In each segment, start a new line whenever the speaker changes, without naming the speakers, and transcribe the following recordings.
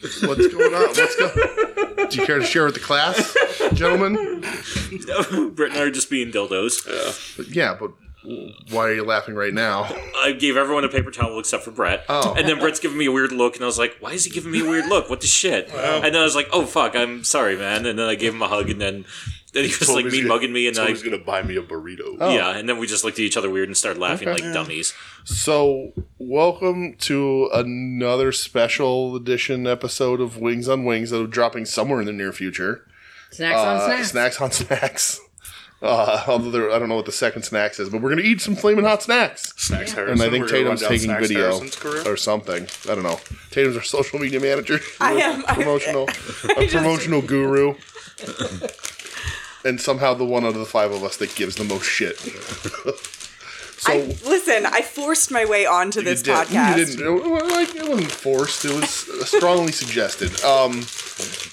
What's what's going on? What's going? Do you care to share with the class, gentlemen?
Britt and I are just being dildos.
But yeah, but why are you laughing right now?
I gave everyone a paper towel except for Brett.
Oh.
And then Brett's giving me a weird look, and I was like, why is he giving me a weird look? What the shit? And then I was like, oh, fuck, I'm sorry, man. And then I gave him a hug, and then, then he was
Told
like
me he's
mean
gonna-
mugging me, and
told
I.
me he's gonna buy me a burrito.
Oh.
Yeah, and then we just looked at each other weird and started laughing
Okay.
like dummies.
So, welcome to another special edition episode of Wings on Wings that'll be dropping somewhere in the near future.
Snacks
Uh,
on snacks.
snacks on snacks. Uh, although there, I don't know what the second snacks is, but we're gonna eat some flaming hot snacks.
Snacks
And
Harrison.
I think
We're gonna run
Tatum's
down
taking
Snacks
video
Harrison's career.
or something. I don't know. Tatum's our social media manager.
I am. I-
promotional, a promotional guru, and somehow the one out of the five of us that gives the most shit. so
I, listen, I forced my way onto this
you did-
podcast.
You didn't. It, wa- like, it wasn't forced. It was uh, strongly suggested. Um,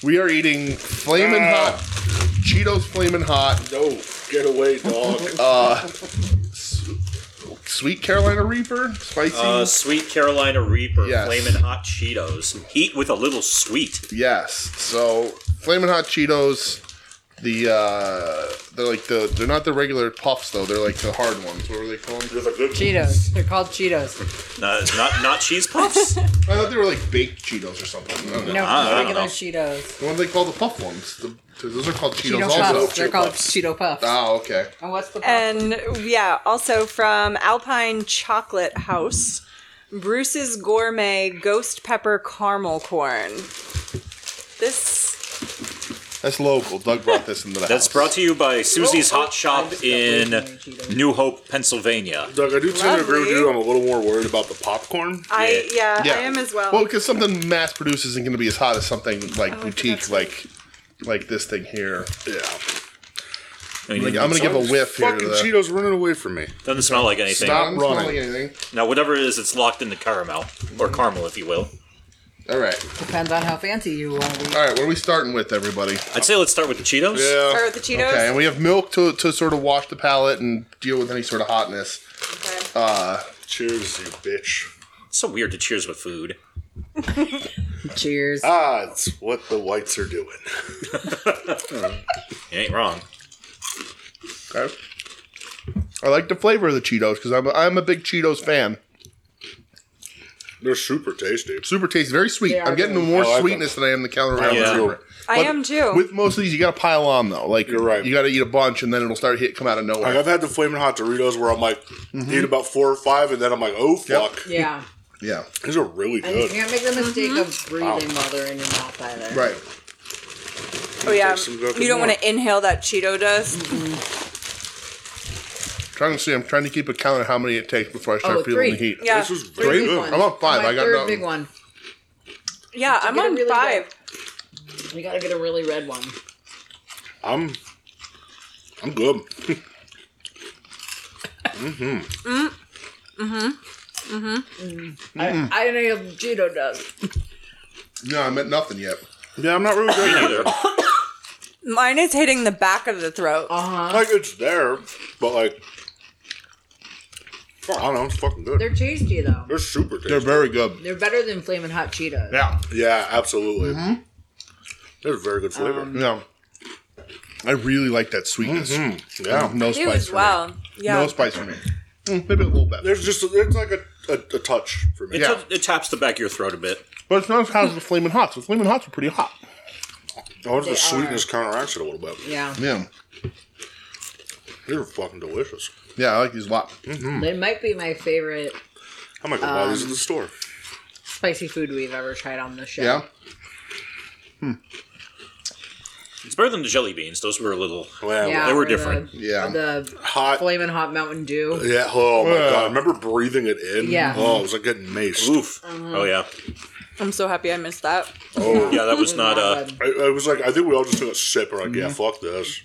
we are eating flaming hot Cheetos, flaming hot uh,
Ah. No, get away, dog.
sweet Carolina Reaper, spicy.
Uh, sweet Carolina Reaper,
Yes.
flaming hot Cheetos, heat with a little sweet.
yes. So flaming hot Cheetos. The uh, they're like the they're not the regular puffs though. They're like the hard ones. What were they called?
You're the good
Cheetos. They're called Cheetos.
Not not, not cheese puffs.
I thought they were like baked Cheetos or something. Ah, I don't know.
No,
I don't
regular
know.
Cheetos.
The one they call the puff ones. The, those are called Cheetos,
Cheeto
also.
Puffs. They're called Cheeto Puffs.
Oh, okay.
and what's the puff?
And yeah, also from Alpine Chocolate House, Bruce's Gourmet Ghost Pepper Caramel Corn. This
That's local. Doug brought this into the
That's
house.
brought to you by Susie's Hot
Oh, I
Shop
just got
in
rosemary Cheetos.
New Hope, Pennsylvania.
Doug, I do tend to agree with
Lovely.
you. I'm a little more worried about the popcorn.
I yeah,
Yeah.
I am as well.
Well, because something mass produced isn't going to be as hot as something like boutique,
that's
like like this thing here.
Yeah.
I mean,
Like, I'm going to give a whiff here. To
Fucking
the,
Cheetos running away from me.
doesn't smell like anything.
Stop
Anything.
running.
Running.
anything.
Now, whatever it is, it's locked into caramel or caramel, if you will.
All right.
Depends on how fancy you want to be.
All right. What are we starting with, everybody?
I'd say let's start with the Cheetos.
Start with the Cheetos.
Okay. And we have milk to, to sort of wash the palate and deal with any sort of hotness.
Okay.
Uh,
Cheers, you bitch.
It's so weird to cheers with food.
Cheers.
Ah, it's what the whites are doing.
You ain't wrong.
Okay. I like the flavor of the Cheetos because I'm, a- I'm a big Cheetos fan.
They're super tasty.
super tasty, very sweet.
They are
I'm getting
good.
more
I like
sweetness than I am the counter around
Yeah.
the
I am too.
With most of these, you got to pile on though. Like
You're right.
you got to eat a bunch, and then it'll start hit come out of
Like
nowhere.
I've had the flaming hot Doritos where I'm like
Mm-hmm.
eat about four or five, and then I'm like, oh fuck,
yeah.
Yeah,
these are really
And you
good.
can't make the mistake of breathing while they're in your mouth either.
Mm-hmm. right.
oh yeah,
Take some guacamole.
you don't want to inhale that Cheeto dust.
Mm.
Trying to see, I'm trying to keep a count of how many it takes before I start
Oh,
feeling the
three.
heat.
Yeah,
This is
Three
very
big
good.
ones.
I'm on five.
My
I got
third
nothing.
big one.
yeah. I'm
Get a
on
really
five.
red- We gotta get a really red one.
I'm, I'm good.
Mm.
I, I don't know if Cheeto does.
No, I meant nothing yet.
Yeah, I'm not really good either.
Mine is hitting the back of the throat.
Like it's there, but like I don't know, it's fucking good. They're,
They're tasty though.
super tasty.
They're very good.
They're better than Flamin' Hot Cheetos.
Yeah,
yeah, absolutely.
Mm-hmm.
They're very good flavor.
Um,
yeah. I really like that sweetness.
yeah,
No
You
spice
as
for me.
well. Yeah.
No spice for me. Mm, maybe a little bit,
there's just it's like a, a, a touch for me.
It,
Yeah.
ta- it taps the back of your throat a bit.
but it's not as hot as the flaming hots. The flaming hots are pretty hot.
I wonder if the
They are.
sweetness counteracts it a little bit.
Yeah.
Yeah,
They're fucking delicious.
yeah. I like these a lot.
They might be my favorite
I might go buy these at
Um,
the store.
spicy food we've ever tried on the show.
Yeah.
It's better than the jelly beans. Those were a little.
Wow.
Yeah,
They were
or
different.
The,
Yeah.
The
Hot.
Flamin' Hot Mountain Dew.
Yeah. Oh my
Yeah.
god. I remember breathing it in.
Yeah.
Oh, it was like getting maced.
Oof.
Uh-huh.
Oh yeah.
I'm so happy I missed that.
Oh.
Yeah, that was not. Uh,
Not good.
I, I was like, I think we all just took a sip and like,
Mm-hmm.
yeah, fuck this.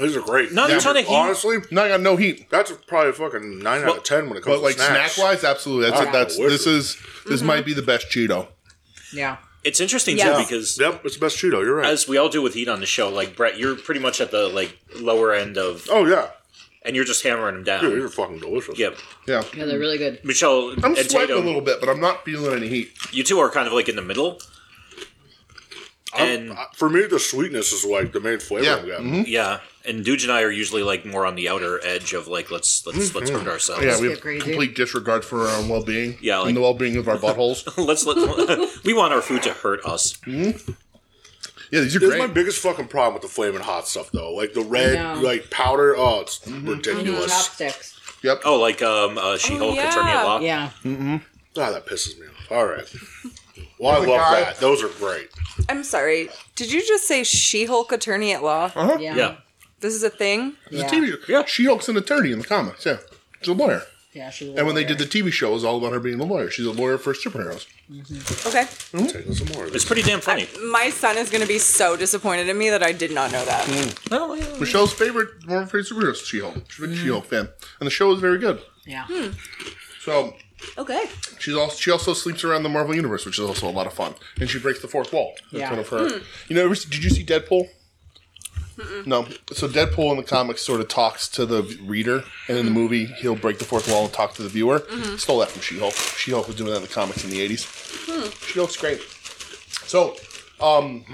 These are great.
Not a
Yeah,
ton of heat.
Honestly,
Now I got no heat.
that's probably a fucking nine out of ten when it
But
comes to
like
snacks.
snack wise, absolutely. That's
Oh,
that's this
delicious.
is this might be the best Cheeto.
Yeah.
it's interesting
Yeah.
too because
Yep, it's the best Cheeto. You're right.
as we all do with heat on the show, like Brett, you're pretty much at the like lower end of
oh yeah,
and you're just hammering them
Dude,
down.
these are fucking delicious.
Yep.
Uh, Yeah.
Yeah, they're really good.
Michelle
I'm
and
sweating
Tatum,
a little bit, but I'm not feeling any heat.
you two are kind of like in the middle.
I'm-
And
I- Uh, for me, the sweetness is like the main flavor
Yeah, Mm-hmm.
I'm getting.
yeah, and Duge and I are usually like more on the outer edge of like let's let's let's hurt ourselves.
Mm-hmm. Yeah, we
get
have
crazy.
complete disregard for our own well being.
Yeah, like-
and the well being of our buttholes.
let's let we want our food to hurt us.
yeah, these are
This is my
great.
biggest fucking problem with the flaming hot stuff, though. Like the red,
know.
like powder. Oh, it's
Mm-hmm.
ridiculous.
Chopsticks.
Yep.
Oh, like um, uh, She Hulk,
Oh, yeah.
Attorney at Law.
Yeah.
Ah, that pisses me off. All right. Well, I
Oh my
love
God.
that. Those are great.
I'm sorry. Did you just say She-Hulk attorney at law?
Uh-huh.
Yeah.
Yeah.
Yeah.
This is a thing.
It's a
Yeah.
TV. Yeah, She Hulk's an attorney in the comics. Yeah, she's a lawyer.
she's a
And when they
lawyer.
did the TV show, it was all about her being a lawyer. She's a lawyer for superheroes.
Okay.
Mm-hmm.
Taking some more.
It's pretty damn funny.
My son is going to be so disappointed in me that I did not know that.
Well, yeah.
Michelle's favorite, one of her favorite superheroes, She Hulk. She's a big She Hulk fan, and the show is very good.
Yeah.
So
Okay.
she's also she also sleeps around the Marvel universe, which is also a lot of fun. And she breaks the fourth wall. That's
Yeah.
one of her. You know, did you see Deadpool? No. So Deadpool in the comics sort of talks to the reader, and in the movie he'll break the fourth wall and talk to the viewer. Stole that from She-Hulk. She-Hulk was doing that in the comics in the '80s. She-Hulk's great. So, um,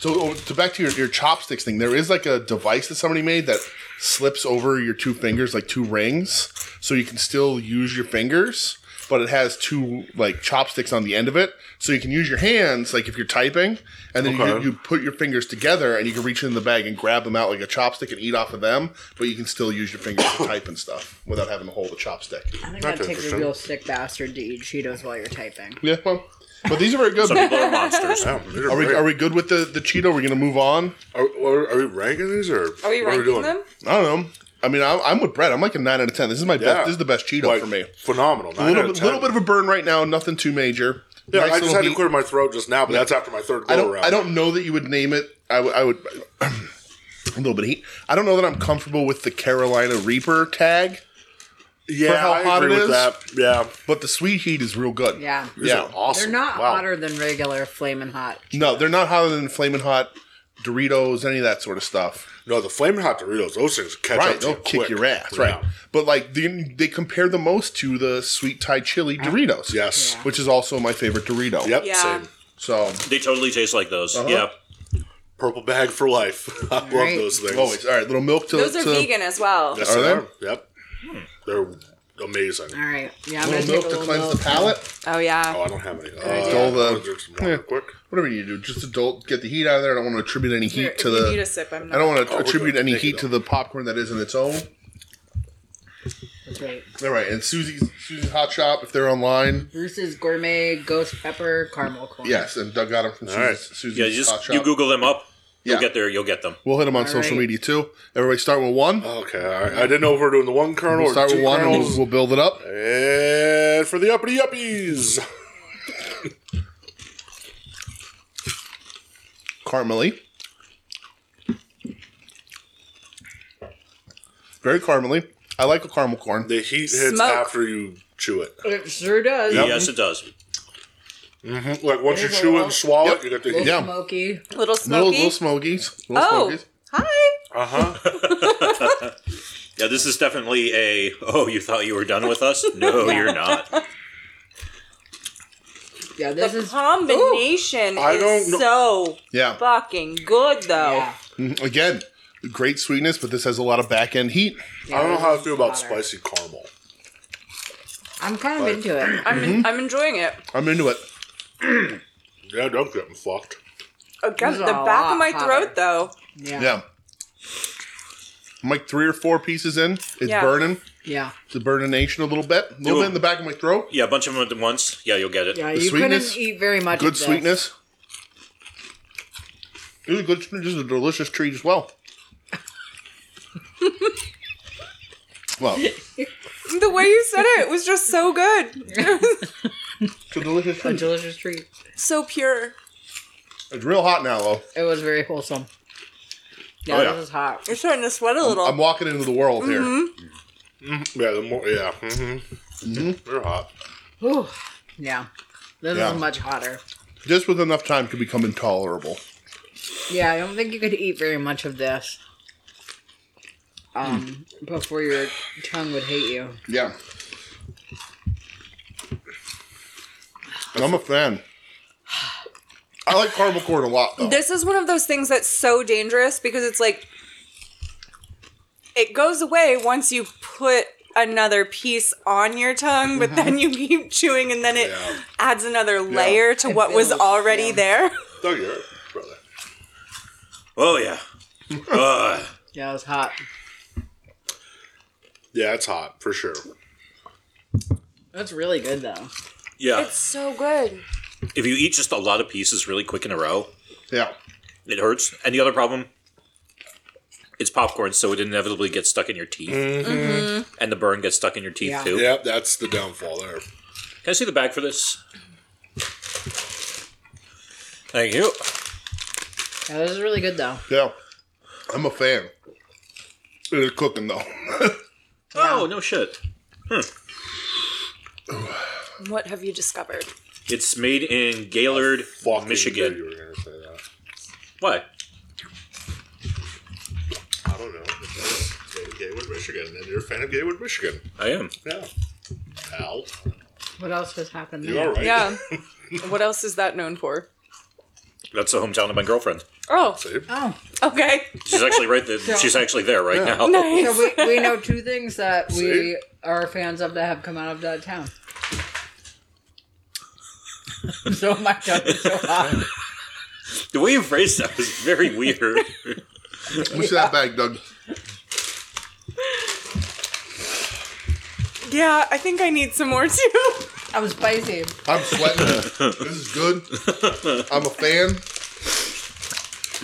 so oh, to back to your, your chopsticks thing, there is like a device that somebody made that slips over your two fingers, like two rings, so you can still use your fingers, but it has two like chopsticks on the end of it, so you can use your hands, like if you're typing, and then
Okay.
you, you put your fingers together and you can reach in the bag and grab them out like a chopstick and eat off of them, but you can still use your fingers to type and stuff without having to hold the chopstick.
I think that
That's
takes a
interesting.
real sick bastard to eat Cheetos while you're typing.
Yeah, well, but these are very good.
People are monsters.
Damn, these are,
Are we,
great.
are we good with the, the Cheeto? We're going to move on?
Are, are, are we ranking these or
Are we
what
ranking
doing?
them?
I don't know. I mean, I'm, I'm with Brett. I'm like a nine out of ten. This is my
Yeah.
best. This is the best Cheeto
Like,
for me.
Phenomenal.
A little, bit, little bit of a burn right now. Nothing too major.
Yeah,
Nice
I
little
just had to
heat.
clear my throat just now, but that's after my third
I
go
don't.
around.
I don't know that you would name it. I would. I would a little bit of heat. I don't know that I'm comfortable with the Carolina Reaper tag,
Yeah,
for how
I
hot
agree
it
with that. Yeah.
but the sweet heat is real good.
Yeah.
These
Yeah.
are awesome.
They're not
Wow.
hotter than regular flamin' hot.
No, they're not hotter than flaming hot Doritos, any of that sort of stuff.
No, the flaming hot Doritos, those things catch
Right,
up. to
they'll
you
kick
quick.
your ass.
Yeah.
Right, but like they, they compare the most to the sweet Thai chili Doritos.
Yes.
which is also my favorite Dorito.
Yep.
Yeah.
Same.
So
They totally taste like those.
Uh-huh.
Yeah.
Purple bag for life. I love
Right.
those things.
always all right. Little milk to
Those are
to-
vegan as well.
Yes,
Are
they
they?
are. Yep. They're amazing.
All right. Yeah, I'm going to
Little
take
milk to
a little
cleanse
milk.
the palate.
Oh yeah.
Oh, I don't have any.
Dole
Uh,
the-
I'm gonna drink some water
Yeah.
quick.
Whatever you do, just adult get the heat out of there. I don't want to attribute any
Here,
heat
if
to
you need a
the.
sip, I'm
I don't
not.
want to
Oh, we're
attribute
good.
any
Thank you,
heat to the popcorn that isn't its own.
That's right.
All right, and Susie's Susie's Hot Shop if they're online.
Bruce's gourmet ghost pepper caramel corn.
Yes, and Doug got them from Susie's,
right.
Susie's
Yeah. You
Hot
just
Shop.
you Google them up. You'll
Yeah.
get there. You'll get them.
we'll hit them on
All
social
right.
media too. Everybody start with one.
Okay, all right. I didn't know if we were doing the one kernel
We'll
or
start
Oh, two
with one, and
kernels.
we'll, we'll build it up.
And for the uppity uppies.
Caramely, very caramely. I like a caramel corn.
The heat hits
Smoke.
after you chew it.
It sure does.
Yep.
Yes, it does.
Like once you
There's a
chew it
little-
and swallow
Yep.
it, you get the
Little
heat.
Yeah.
smoky.
Little
Little
smoky.
little smokies. Little
oh,
smokies.
hi.
Uh huh.
Yeah. This is definitely a. Oh, you thought you were done with us? No, you're not.
Yeah, this
The
is.
combination
I
is
don't
so
Yeah.
fucking good, though.
Yeah.
Mhm. Again, great sweetness, but this has a lot of back end heat.
yeah,
I don't know
this
how I
is
feel about
hotter.
spicy caramel.
I'm kind of into it.
I'm
Mm-hmm.
I'm enjoying it.
I'm into it.
Yeah, don't get me fucked.
Again,
These
the
are a
back
lot
of my
hotter.
throat, though.
Yeah.
Yeah. I'm like three or four pieces in. It's
Yeah.
burning.
Yeah.
It's a burning nation a little bit. A little
Yo.
bit in the back of my throat.
Yeah, a bunch of them at once. Yeah, you'll get it.
Yeah,
The
you
sweetness-
couldn't eat very much.
Good
of this.
sweetness. This is a good this is a delicious treat as well. well, it's
The way you said it was just so good,
a delicious
A
treat.
delicious treat.
so pure.
It's real hot now though.
It was very wholesome. Yeah,
Oh, yeah.
this is hot.
You're starting to sweat a little.
I'm walking into the world here.
Yeah, the more. Yeah. Mm hmm. They're hot.
Whew. Yeah. This
Yeah.
is much hotter.
Just with enough time to become intolerable.
Yeah, I don't think you could eat very much of this. um, before your tongue would hate you.
Yeah. I'm a fan. I like caramel corn a lot, though.
This is one of those things that's so dangerous because it's like it goes away once you put another piece on your tongue, but then you keep chewing and then it
Mm-hmm. Yeah.
adds another layer to what was
builds,
already
yeah.
there.
No, you're right, brother.
Oh yeah. Ugh.
Yeah, it was hot.
Yeah, it's hot for sure.
That's really good though.
yeah.
It's so good.
if you eat just a lot of pieces really quick in a row,
Yeah.
it hurts. And the other problem, it's popcorn, so it inevitably gets stuck in your teeth, and the burn gets stuck in your teeth
Yeah.
too.
Yep, that's the downfall there.
Can I see the bag for this? Thank you.
Yeah, this is really good though.
Yeah. I'm a fan. It is cooking, though.
Oh no shit!
What have you discovered?
It's made in Gaylord,
Fucking knew
Michigan.
You were gonna say that.
What?
I don't know. Gaywood, Michigan, and you're a fan of Gaywood, Michigan.
I am.
Yeah. Al,
What else has happened
you
there?
all right?
Yeah. what else is that known for?
That's the hometown of my girlfriend.
Oh,
See?
Oh,
okay.
She's actually right. There. She's actually there right now.
Nice.
so we, we know two things that we
See?
are fans of that have come out of that town. so my tongue is so hot.
The way you phrased that was very weird.
Let me see that bag, Doug.
Yeah, I think I need some more too.
I was spicy.
I'm sweating. this is good. I'm a fan.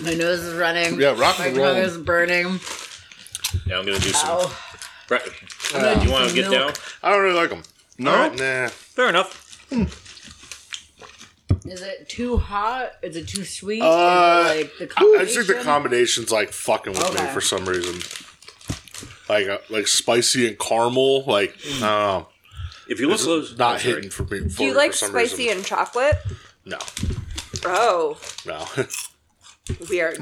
My nose is running.
Yeah, rock
My
and
tongue
roll.
is burning.
now I'm gonna do some.
Oh,
Right.
Uh,
you want to get down?
I don't really like them.
No?
nah.
Fair enough.
is it too hot? Is it too sweet?
Uh,
is it like the
I
combination?
just think the combination's like fucking with me
Okay.
for some reason. Like uh, like spicy and caramel, like I don't know,
If you look close,
not
oh, sorry.
hitting for me. For,
Do you like
for some
spicy
reason.
and chocolate?
no,
Oh,
no.
weird.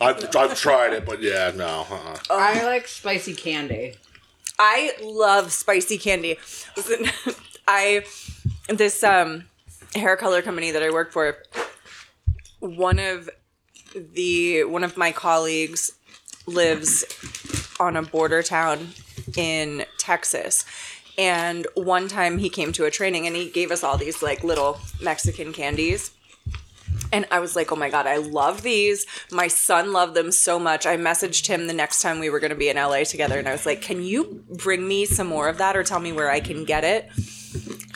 I've, I've tried it, but yeah, no. Uh-uh.
I like spicy candy.
I love spicy candy. Listen, I this um hair color company that I work for one of the one of my colleagues lives on a border town in Texas. And one time he came to a training and he gave us all these like little Mexican candies. And I was like, oh my God, I love these. My son loved them so much. I messaged him the next time we were going to be in LA together. And I was like, can you bring me some more of that or tell me where I can get it?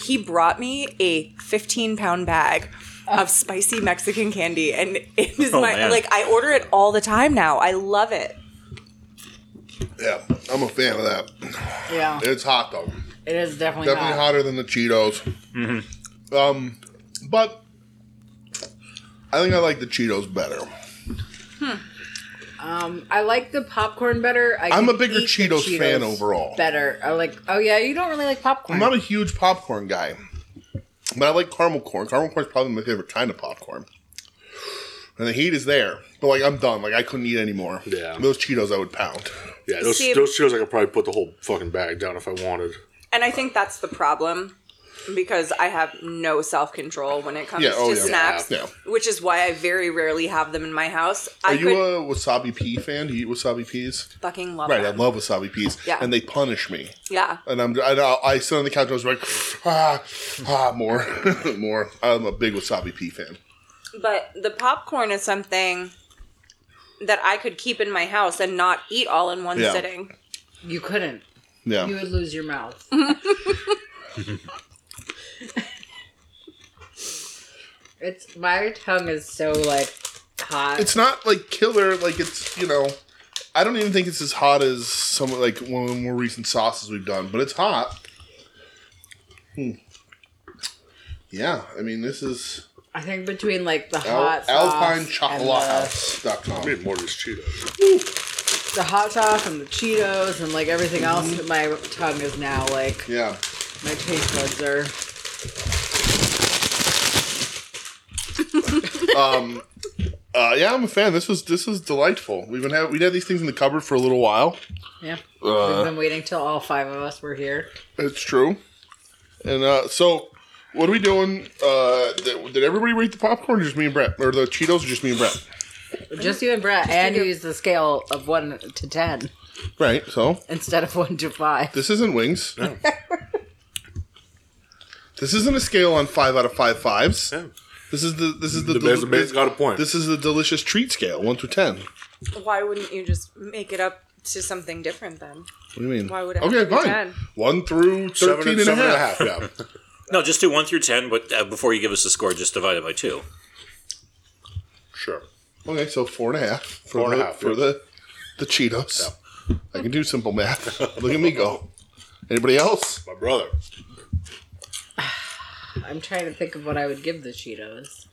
He brought me a 15 pound bag of spicy Mexican candy. And it is
Oh,
my,
man.
like, I order it all the time now. I love it.
Yeah, I'm a fan of that.
Yeah,
It's hot, though.
it is definitely,
Definitely
hot.
hotter than the Cheetos. Um, but I think I like the Cheetos better.
Um, I like the popcorn better. I
I'm
can
a bigger
eat the
Cheetos, fan overall.
Better. I like. Oh yeah, you don't really like popcorn.
I'm not a huge popcorn guy, but I like caramel corn. Caramel corn is probably my favorite kind of popcorn. And the heat is there, but like I'm done. Like I couldn't eat anymore.
Yeah.
those Cheetos I would pound.
Yeah, those
See-
those shows I could probably put the whole fucking bag down if I wanted.
And I think that's the problem because I have no self control when it comes
Yeah, oh,
to
yeah.
snacks,
Yeah.
which is why I very rarely have them in my house. I
Are
could
you a wasabi pea fan? Do you eat wasabi peas?
fucking love
Right, I
them.
love wasabi peas.
Yeah.
and they punish me.
yeah.
And I'm I, know, I sit on the couch. and I was like, ah, ah, more, more. I'm a big wasabi pea fan.
But the popcorn is something that I could keep in my house and not eat all in one
Yeah.
sitting.
You couldn't.
Yeah,
You would lose your mouth. it's my tongue is so like hot.
it's not like killer. Like it's you know, I don't even think it's as hot as some like one of the more recent sauces we've done, but it's hot. Hmm. Yeah, I mean this is
I think between like the
Al-
hot
Alpine
sauce and
Chocolate
the,
House dot com.
I need more of these Cheetos.
the hot sauce and the Cheetos and like everything else,
Mm-hmm.
my tongue is now like
Yeah,
my taste buds are.
Uh, yeah, I'm a fan. This was this was delightful. We've been have we had these things in the cupboard for a little while.
Yeah.
Uh.
We've been waiting till all five of us were here.
It's true. And uh, so, what are we doing? Uh, did, did everybody rate the popcorn, or just me and Brett, or the Cheetos, or just me and Brett?
Just you and Brett, and you use the scale of one to ten
Right. So
instead of one to five.
this isn't wings. this isn't a scale on five out of five fives.
Yeah.
This is the this is the,
The
deli-
man's- the man's got a point.
This is the delicious treat scale, one through ten.
Why wouldn't you just make it up to something different then?
What do you mean?
Why would it have
okay,
to be
fine.
10?
One through 13
Seven and,
and,
seven and
a half.
yeah.
No, just do one through ten. But uh, before you give us a score, just divide it by two.
Sure.
Okay, so four and a half. For
Four and a
the-
half,
for
yeah.
the the Cheetos. I can do simple math. Look at me go. Anybody else?
My brother.
I'm trying to think of what I would give the Cheetos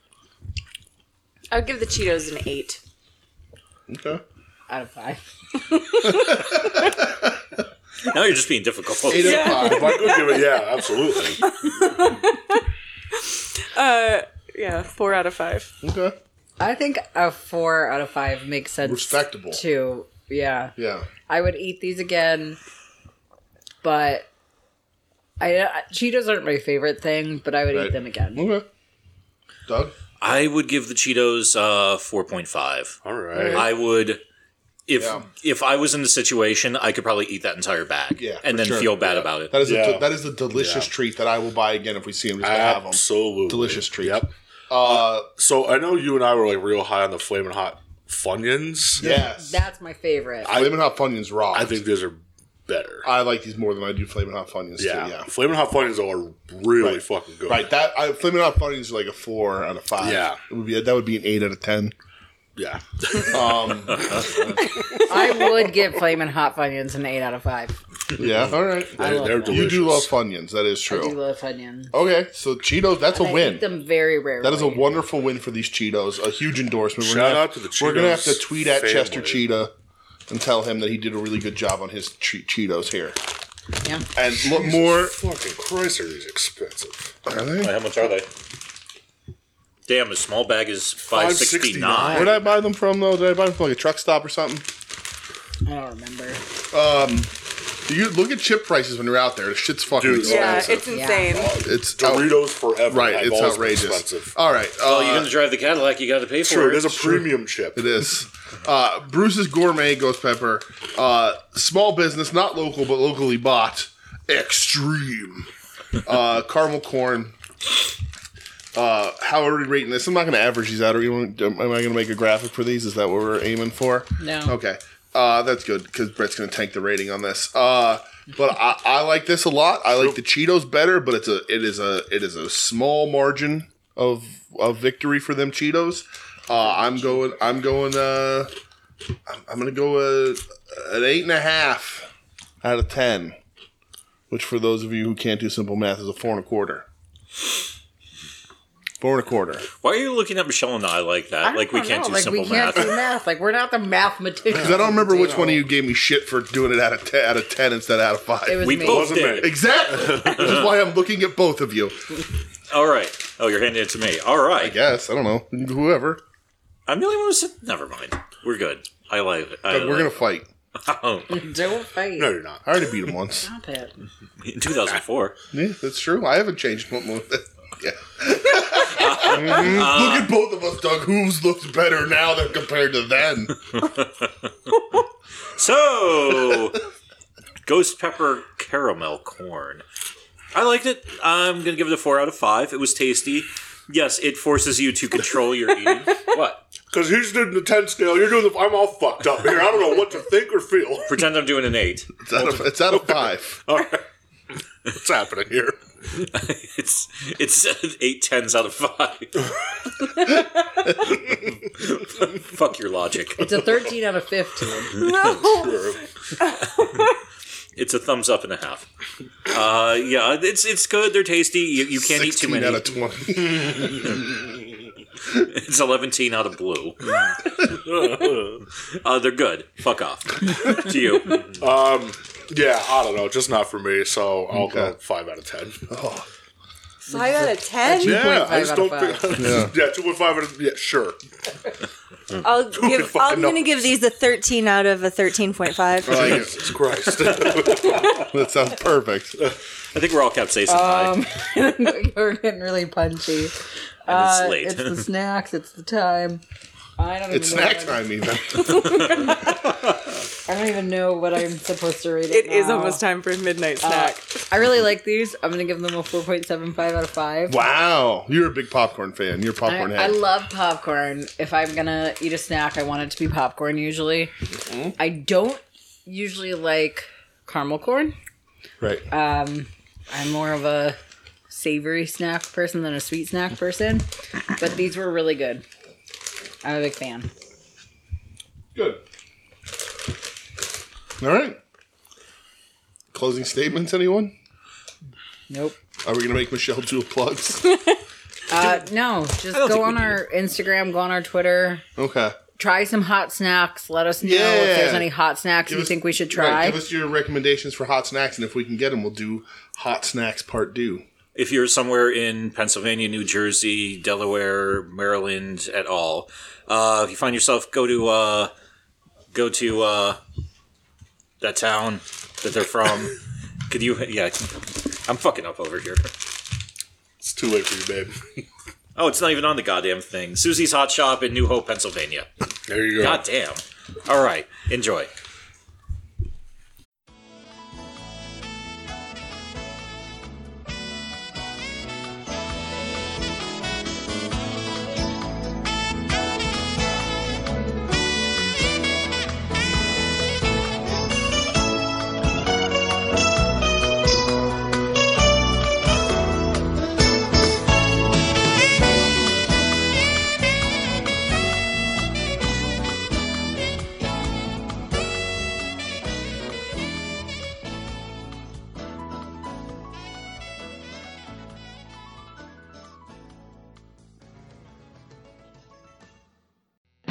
I would give the Cheetos an eight.
Okay.
out of five.
Now you're just being difficult.
Eight out of five.
If I could give it, yeah, absolutely.
Yeah, four out of five.
Okay.
I think a four out of five makes sense.
Respectable.
Too. Yeah.
Yeah.
I would eat these again, but I I- Cheetos aren't my favorite thing, but I would
Right.
eat them again.
Okay. Doug?
I would give the Cheetos uh, four point five.
All right.
I would if
Yeah.
if I was in the situation, I could probably eat that entire bag.
Yeah, for
and then
sure.
feel bad about it.
That is a
Yeah.
that is a delicious
Yeah.
treat that I will buy again if we see him. Just to have them.
Absolutely.
Delicious treat.
Yep.
Uh,
So I know you and I were like real high on the flaming hot Funyuns.
yes.
That's my favorite.
Flamin' Hot Funyuns raw.
I think these are better.
I like these more than I do Flamin' Hot Funyuns
yeah.
too. Yeah.
Flaming hot Funyuns are really fucking good.
Right. That I, Flamin' Hot Funyuns is like a four out of five.
Yeah.
It would be that would be an eight out of ten.
Yeah.
I would give Flamin' Hot Funyuns an eight out of five.
Yeah. All right.
They,
love
are
them.
You
delicious.
do love Funyuns. That is
I do
true.
love Funyuns.
Okay. So Cheetos, that's a
I
win.
eat them very rarely.
That is a wonderful win for these Cheetos. A huge endorsement.
Shout
gonna
out
have-
to the
We're gonna have
Cheetos
to tweet at
family.
Chester Cheetah and tell him that he did a really good job on his che- Cheetos here.
Yeah.
And look more.
Fucking Christ, are these expensive?
Are they?
How much are they? Damn, a small bag is five sixty
569.
nine.
Where'd I buy them from though? Did I buy them from like a truck stop or something?
I don't remember.
You look at chip prices when you're out there. Shit's fucking
Dude,
Yeah,
expensive.
it's insane.
It's, out-
Doritos forever.
right.
have
It's
always been
outrageous.
Expensive.
All right.
Well,
uh,
you're gonna drive the Cadillac. You got to pay for
Sure,
it.
it is a premium chip.
It is. Uh, Bruce's Gourmet Ghost Pepper. Uh, small business, not local, but locally bought. Extreme. Uh, caramel corn. Uh, how are we rating this? I'm not going to average these out. Are you, am I going to make a graphic for these? Is that what we're aiming for?
No.
Okay. Uh, that's good because Brett's going to tank the rating on this. Uh, but I, I like this a lot. I like the Cheetos better, but it's a it is a it is a small margin of of victory for them Cheetos. Uh, I'm going. I'm going. Uh, I'm, I'm going to go uh an eight and a half out of ten, which for those of you who can't do simple math is a four and a quarter. Four and a quarter.
Why are you looking at Michelle and I like that? like we
don't
can't
know,
do
like,
simple
we
math.
can't do math. Like we're not the mathematicians.
Because I don't remember which one of you gave me shit for doing it out of ten, out of ten instead of out of five.
It was
we
me.
both
Wasn't
did.
me.
exactly. Which is why I'm looking at both of you.
All right. Oh, you're handing it to me. All right.
Yes, I don't know. Whoever.
I'm the only one who said. Never mind. We're good. I like it. I
But we're gonna fight.
gonna.
Don't fight.
No, you're not.
I already beat him once.
Stop it.
In 2004.
Yeah, that's true. I haven't changed one more. Yeah.
Uh,
Mhm. Look at both of us, Doug. Who's looks better now than compared to then?
So, ghost pepper caramel corn. I liked it. I'm gonna give it a four out of five. It was tasty. Yes, it forces you to control your eating. What?
Because he's doing the 10 scale. You're doing the. I'm all fucked up here. I don't know what to think or feel.
Pretend I'm doing an eight.
It's out of, it's out of five.
All right. What's happening here?
It's it's eight tens out of five. Fuck your logic.
It's a thirteen out of fifteen.
It's a thumbs up and a half. Uh, yeah, it's it's good. They're tasty. You, you can't eat too
16
many.
out of 20.
It's 11 out of blue. uh, they're good. Fuck off. to you.
Yeah, I don't know. Just not for me. So I'll go
Okay.
5 out of 10.
Five out of ten.
Actually-
Yeah, I
2.5
just
out of
don't think. Yeah, two point five. Out of, yeah, sure.
I'll give.
fucking
I'm gonna
knows?
give these a thirteen out of a thirteen point five.
I like it. Jesus Christ.
That sounds perfect.
I think we're all capsaicin high.
We're getting really punchy. Uh,
and
it's
it's late.
the snacks. It's the time. I don't even
It's
know
snack
what I'm-
time, even.
I don't even know what I'm supposed to rate it.
It is
now.
almost time for midnight
Uh,
snack.
I really like these. I'm gonna give them a 4.75 out of five.
Wow, you're a big popcorn fan. You're a
I,
popcorn
I
head.
love popcorn. If I'm gonna eat a snack, I want it to be popcorn usually.
Mm-hmm.
I don't usually like caramel corn.
right.
Um, I'm more of a savory snack person than a sweet snack person, but these were really good. I'm a big fan.
Good. All right. Closing statements, anyone?
Nope.
Are we going to make Michelle do plugs?
Uh, no, just
don't
go
think
on
we need
our Instagram, go on our Twitter,
Okay.
try some hot snacks. Let us know if
Yeah.
there's any hot snacks
Give
you
us-
think we should
Right,
try.
give us your recommendations for hot snacks, and if we can get them, we'll do hot snacks part two.
if you're somewhere in Pennsylvania, New Jersey, Delaware, Maryland at all, uh, if you find yourself, go to uh, go to uh, that town that they're from. Could you? Yeah, I'm fucking up over here.
it's too late for you, babe.
Oh, it's not even on the goddamn thing. Susie's Hot Shop in New Hope, Pennsylvania.
There you go.
God damn. All right, enjoy.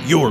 You're